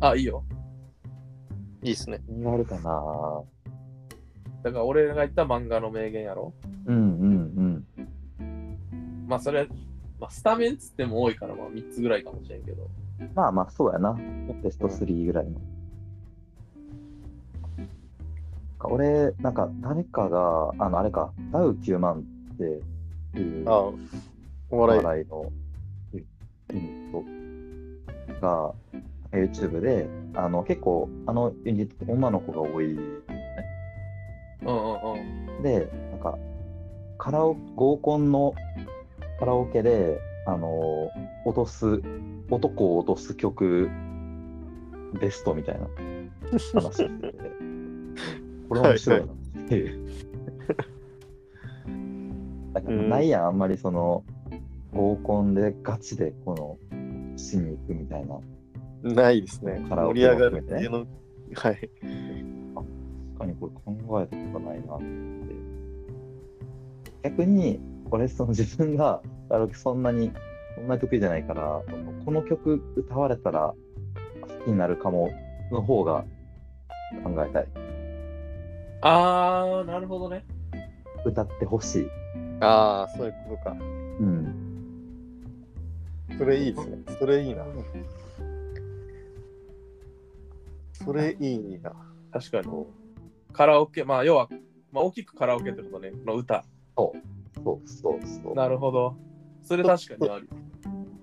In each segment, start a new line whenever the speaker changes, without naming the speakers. あ、いいよ。
いいっすね。
になるかな
だから俺が言った漫画の名言やろ。
うんうん
まあそれ、まあ、スタメンっつっても多いから、まあ3つぐらいかもしれんけど。
うん。まあまあ、そうやな。ベスト3ぐらいの。俺、なんか、誰かが、あの、あれか、ダウ9万っていう
ああ、お
お
笑い。
笑いのユニットが YouTube で、あの、結構、あのユニットって女の子が多い。
うんうんうん。
で、なんか、カラオ合コンのカラオケで、あのー落とす、男を落とす曲、ベストみたいな話をして て、これ面白いなっていう。なんかないやん、あんまりその、合コンでガチでこの、しに行くみたいな。
ないですね。
カラオケ
盛り上がる
も含めてね
系の。はい。
確かにこれ考えたことないなって逆に俺その自分がカラオケそんなにそんなに得意じゃないからこの曲歌われたら好きになるかもの方が考えたい
あー、なるほどね。
歌ってほしい、
ああ、そういうことか。
うん、
それいいですね。それいいな。それいいな。
確かに。カラオケ、まあ要は、まあ、大きくカラオケってことね。の歌。
そうそうそう
なるほど。それ確かにある。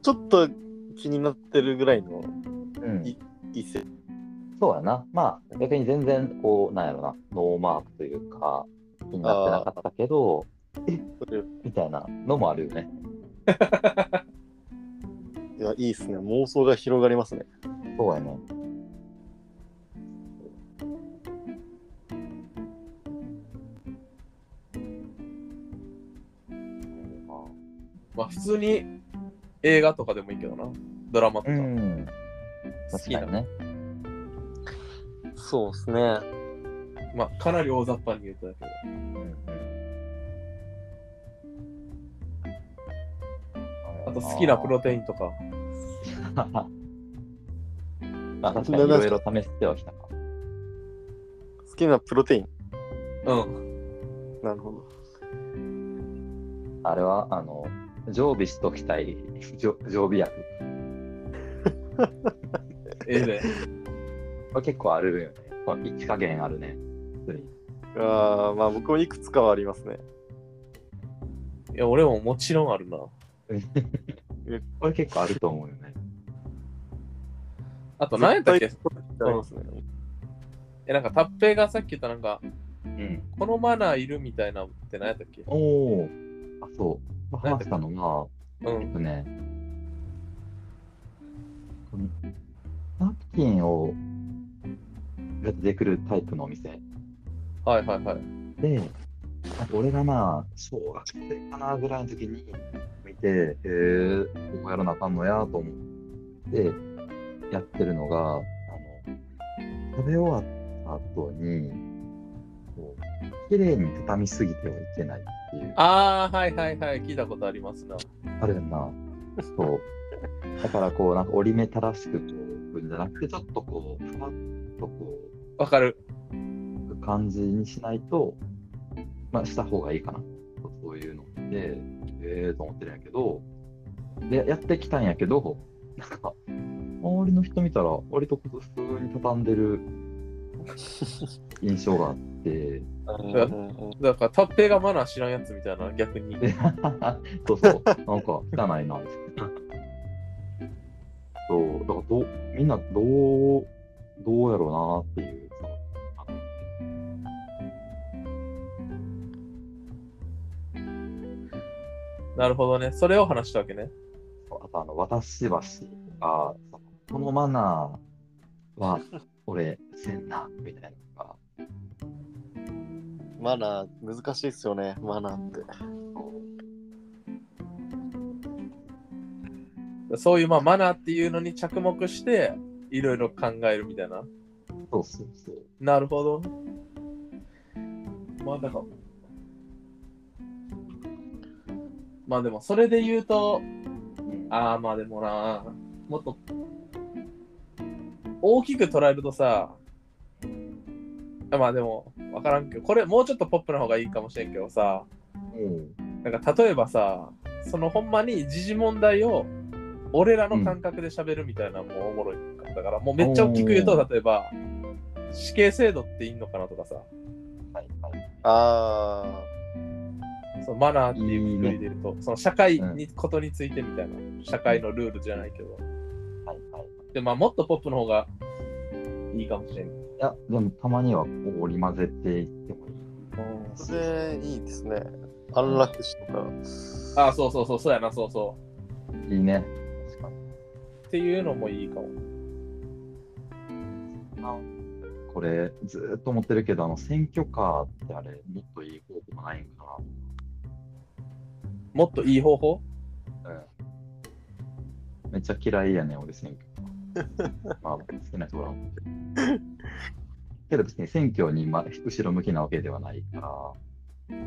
ちょっと気になってるぐらいの
うん、
異性。
そうやなまあ逆に全然こうなんやろなノーマークというか気になってなかったけど
それ
みたいなのもあるよね
いや、いいですね。妄想が広がりますね。
そうやね
まあ普通に映画とかでもいいけどな。ドラマとか。
うん
好
確
き
か
な
にね
そうですね。
まあかなり大雑把に言うとだけど。あと好きなプ ロテインとか。
まあ確かにいろいろ試してはきたか。
好きなプロテイン。
うん。
なるほど。
あれは、あの、常備しときたい、常常備薬。
ええで。
これ結構あるよね。これ一加減あるね。普通に
あーまあ僕もいくつかはありますね。
いや、俺ももちろんあるな。
これ結構あると思うよね。
あと何やったっけ
ありますね。
え、なんか、タッペイがさっき言ったなんか、
うん。
このマナーいるみたいなのって何やったっけ
おお。あ、そう。まあ話したのが、
う
えっ
ん。
とね、このナプキンを出てくるタイプのお店
はいはいはい。
で、なんか俺がまあ、小学生かなぐらいの時に見て、へえこうやらなあかんのやと思って、やってるのが、あの、食べ終わった後に、こう、綺麗に畳みすぎてはいけないっていう。
あー、はいはいはい。聞いたことありますな。
あるよな。そう。だからこう、なんか折り目正しくこう、じゃなくて、ちょっとこう、ふわっとこ
わかる。
う、感じにしないと、まあ、した方がいいかな。そういうので、ええー、と思ってるんやけど、で、やってきたんやけど、なんか、周りの人見たら、割と普通に畳んでる印象があって、
うん
うん
うん
だから、タッペイがマナー知らんやつみたいな、逆に。
で そうそう、なんか汚いな、みたいな。そう、だからどう、みんなどう、どうやろうなっていう、その、
なるほどね。それを話したわけね。
あとあの、私橋が、そのこのマナーは俺せんな、みたいなのが、
マナー難しいっすよね、マナーって。
そういう、まあ、マナーっていうのに着目して、いろいろ考えるみたいな。
そうそうそう。
なるほど。まあだから。まあでもそれで言うと、ああまあでもな、もっと、大きく捉えるとさ、まあでも、わからんけど、これもうちょっとポップな方がいいかもしれんけどさ、
うん。
なんか例えばさ、そのほんまに時事問題を俺らの感覚で喋るみたいなのもおもろいか。だからもうめっちゃ大きく言う
お
と、例えば、死刑制度っていいのかなとかさ、
はいはい。
あ
そのマナーっていうくくりで言うと、その社会
うん
に、ことについてみたいな、社会のルールじゃないけど、
はいはい。
でまあもっとポップの方がいいかもしれん。
いや、でもたまにはこう織り交ぜていってもいい。
あ、それいいですね。安楽死とか。
あ、そうそうそう、そうやな、そうそう。
いいね。確かに。
っていうのもいいかも。
これ、ずーっと思ってるけど、あの、選挙カーってあれ、もっといい方法ないんか
もっといい方法
な。うん。めっちゃ嫌いやね、俺、選挙カー。まあ、好きな人おらん。けど別に選挙に、ま、後ろ向きなわけではないから。よ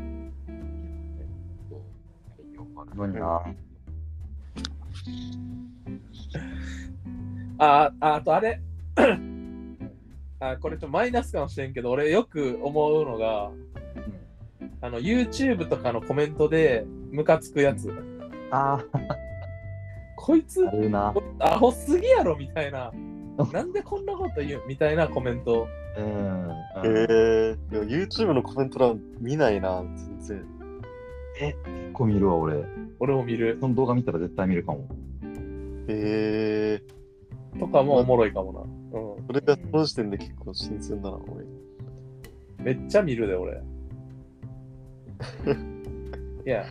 くあるのにな。
ああ、あとあれあこれちょっとマイナスかもしれんけど、俺よく思うのが、あの、YouTube とかのコメントでムカつくやつ。
あ
こいつ
あ、あ、るな。
アホすぎやろみたいな。なんでこんなこと言うみたいなコメント。
うん。
ええいや YouTube のコメント欄見ないな、全然。
結構見るわ、俺。
俺も見る。
その動画見たら絶対見るかも。
ええ
とかもおもろいかもな。う
それがその時点で結構新鮮だな、俺。
ん。めっちゃ見るで、 俺。いや。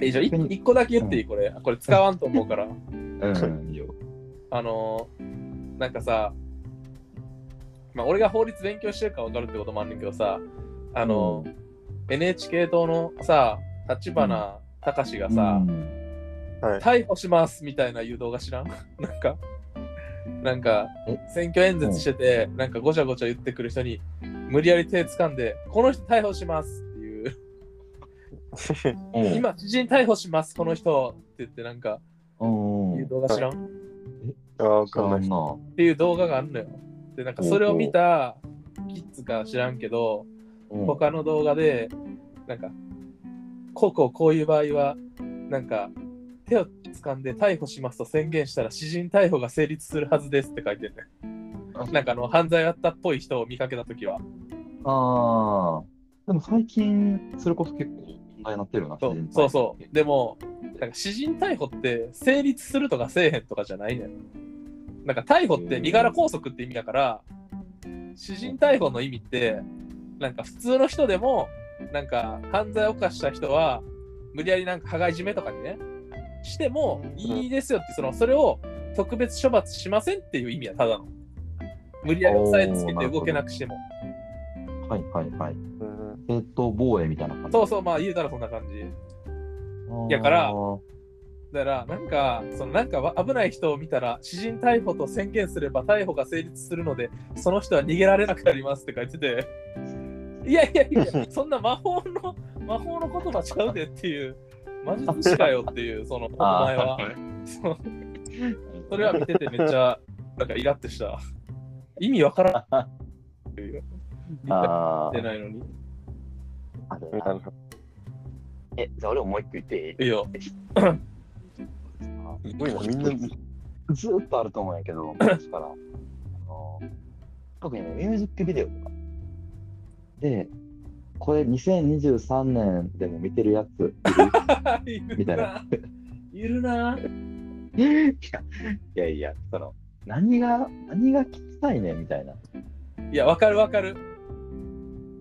え、じゃあ、い一個だけ言っていいこれ。これ使わんと思うから。
うん、いいよ。
あのーなんかさ、まあ、俺が法律勉強してるから分かるってこともあんねんけどさ、あのー NHK 党のさ、立花隆がさ、
うん
はい。
逮捕しますみたいな誘導が知らん なんか、なんか
え、
選挙演説してて、なんかごちゃごちゃ言ってくる人に、無理やり手掴んで、この人逮捕しますっていう、今、知人逮捕します、この人って言って、なんか、
うん、うん
誘導が知らん
ああ、わかん
そ
ない。
んな。
っていう動画があるのよ。で、なんかそれを見たキッズか知らんけど、
うん
他の動画で、なんか、こうこうこういう場合は、なんか、手を掴んで逮捕しますと宣言したら、私人逮捕が成立するはずですって書いてるね。なんかあの、犯罪あったっぽい人を見かけたときは。
ああ。でも最近、それこそ結構問題になってるな。
そ
自
う
然体
そうそう。でも、なんか、私人逮捕って成立するとかせえへんとかじゃないねん。なんか、逮捕って身柄拘束って意味だから、私人逮捕の意味って、なんか、普通の人でも、なんか、犯罪を犯した人は、無理やりなんか、羽交い締めとかにね、してもいいですよって、その、それを特別処罰しませんっていう意味はただの。無理やり押さえつけて動けなくしても。
はいはいはい。
うん
正当防衛みたいな感じ。
そうそう、まあ、言うたらそんな感じ。
あー
やからだから、なんか、そのなんかわ危ない人を見たら、私人逮捕と宣言すれば逮捕が成立するので、その人は逃げられなくなりますって書いてて、いやいやい や、そんな魔法の、魔法の言葉ちゃうでっていう、魔術師かよっていう、その、お
あー
前は。そうそれ は見ててめっちゃ、なんかイラってした。意味わからんっていう。理解
あ
してないのに。
ーあれ
なるほど。
え、じゃあ俺もう一個言っていい
いいよ。
すごいな、みんな。
ずーっとあると思うんやけ ど、昔から。あの特にね、ミュージックビデオとか。で、これ2023年でも見てるやつ、
いる
みたい
な。いるな。
いやいやいや、その、何が、何が聞きたいねんみたいな。
いや、わかるわかる。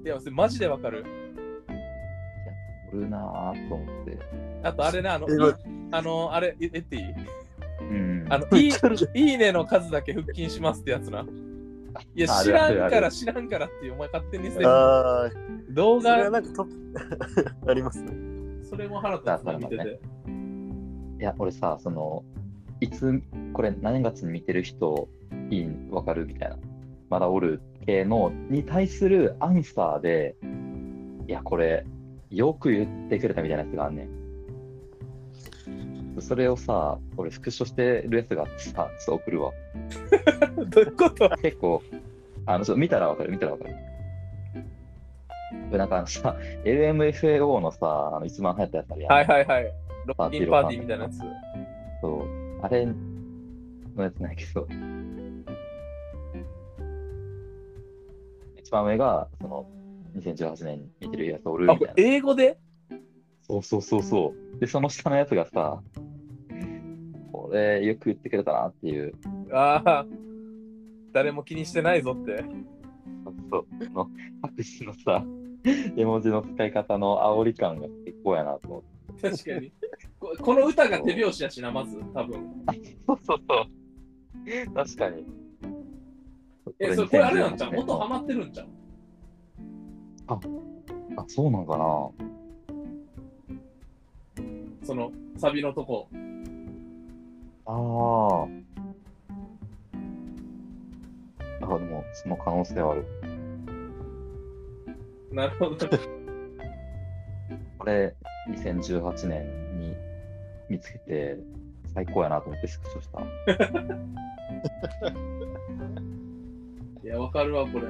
いや、それマジでわかる。
おるなぁと思って。
あとあれね、あの、
えま
いあの、あれ、ええっていい
うん
あの、いい
わか る、
いいねの数だけ腹筋しますってやつな。いや、
あ
知
るあ
ら
る
ん
ある
から知らんからっていう、お前勝手にせえ。
ああ、
動
それ
画、
はなんかトップ ありますね。
それも腹立つな、
あ
見て
な
て。
いや、俺さ、その、いつ、これ何月に見てる人、いい、わかるみたいな。まだおる系の、に対するアンサーで、いや、これ、よく言ってくれたみたいなやつがあんねん。それをさ、俺、スクショしてるやつがあってさ、ちょっと送るわ。
どういうこと
結構、あの、ちょっと見たらわかる、見たらわかる。なんかあのさ、LMFAO のさ、あの一番流行ったやつあるやん。
はいはいはい。ロッキンパーティーみたいなやつ。
そう、あれのやつないけど。一番上が、その、2018年に見てるやつおる
あ、
み
こ
た
れ
いな。
英語で
そうそうそうそう。で、その下のやつがさ、これ、よく言ってくれたなっていう。
ああ、誰も気にしてないぞって。
そう、その拍手のさ、絵文字の使い方の煽り感が結構やなと思って。
確かに。ここの歌が手拍子やしな、まず、多分。
そうそうそう。確かに。
え、それこれあれなんちゃ
だ
う音ハマってるんちゃう
あ、そうなんかな。
その、サビのとこ。
ああ。あ、でも、その可能性はある。
なるほど。
これ、2018年に見つけて、最高やなと思ってスクショした。
いや、わかるわ、これ。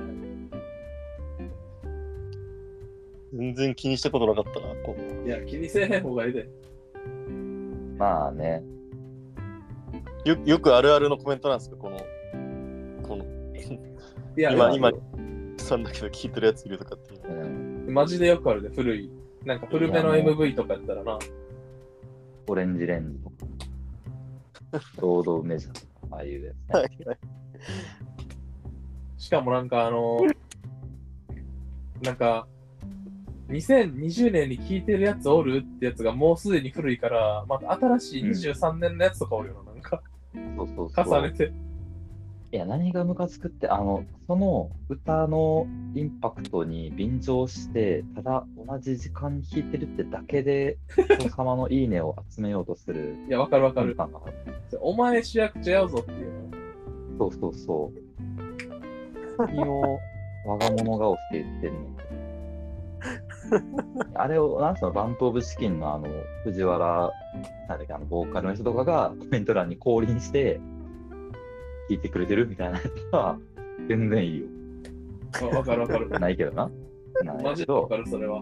全然気にしたことなかったな、こう
いや、気にせえへん方がいいで。
まあね、
よよくあるあるのコメントなんですか、この、この、
いや、
今
い
今さんだけど聞いてるやついるとかっていう
う。ん、
やマジでよくあるで、古い。なんか古めの
いやも
MV とかやったらな。
オレンジレンジとか、堂々メジャーとか、ああいうやつね。
しかもなんかあのなんか、2020年に聴いてるやつおるってやつがもうすでに古いから、また新しい23年のやつとかおるよな、なんか、
そうそうそう。
重ねて。
いや、何がムカつくって、あの、その歌のインパクトに便乗して、ただ同じ時間に弾いてるってだけで、その様のいいねを集めようとする
いや、わかるわか
瞬
る。
間がある。
お前主役違うぞっていうの。
そうそうそう。君を我が物顔して言ってるの。あれを、なんすか、バンプ・オブ・チキンのあの、藤原、なんだっけ、あの、ボーカルの人とかがコメント欄に降臨して、聞いてくれてるみたいなやつは、全然いいよ。
わわかるわか る。
ないけどな。な
マ
いけ
ジでわ
ど
か、る、それは。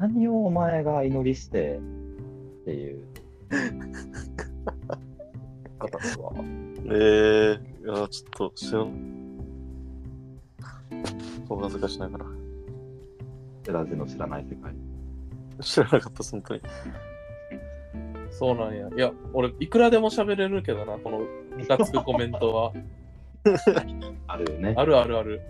何をお前が祈りしてっていう。方とは
えー、いや、ちょっと、知らん。お恥ずかしながら。
知らずの知らない世界。
知らなかった、本当に。
そうなんや。いや、俺、いくらでも喋れるけどな、このムカつくコメントは。
あるよね。
あるあるある。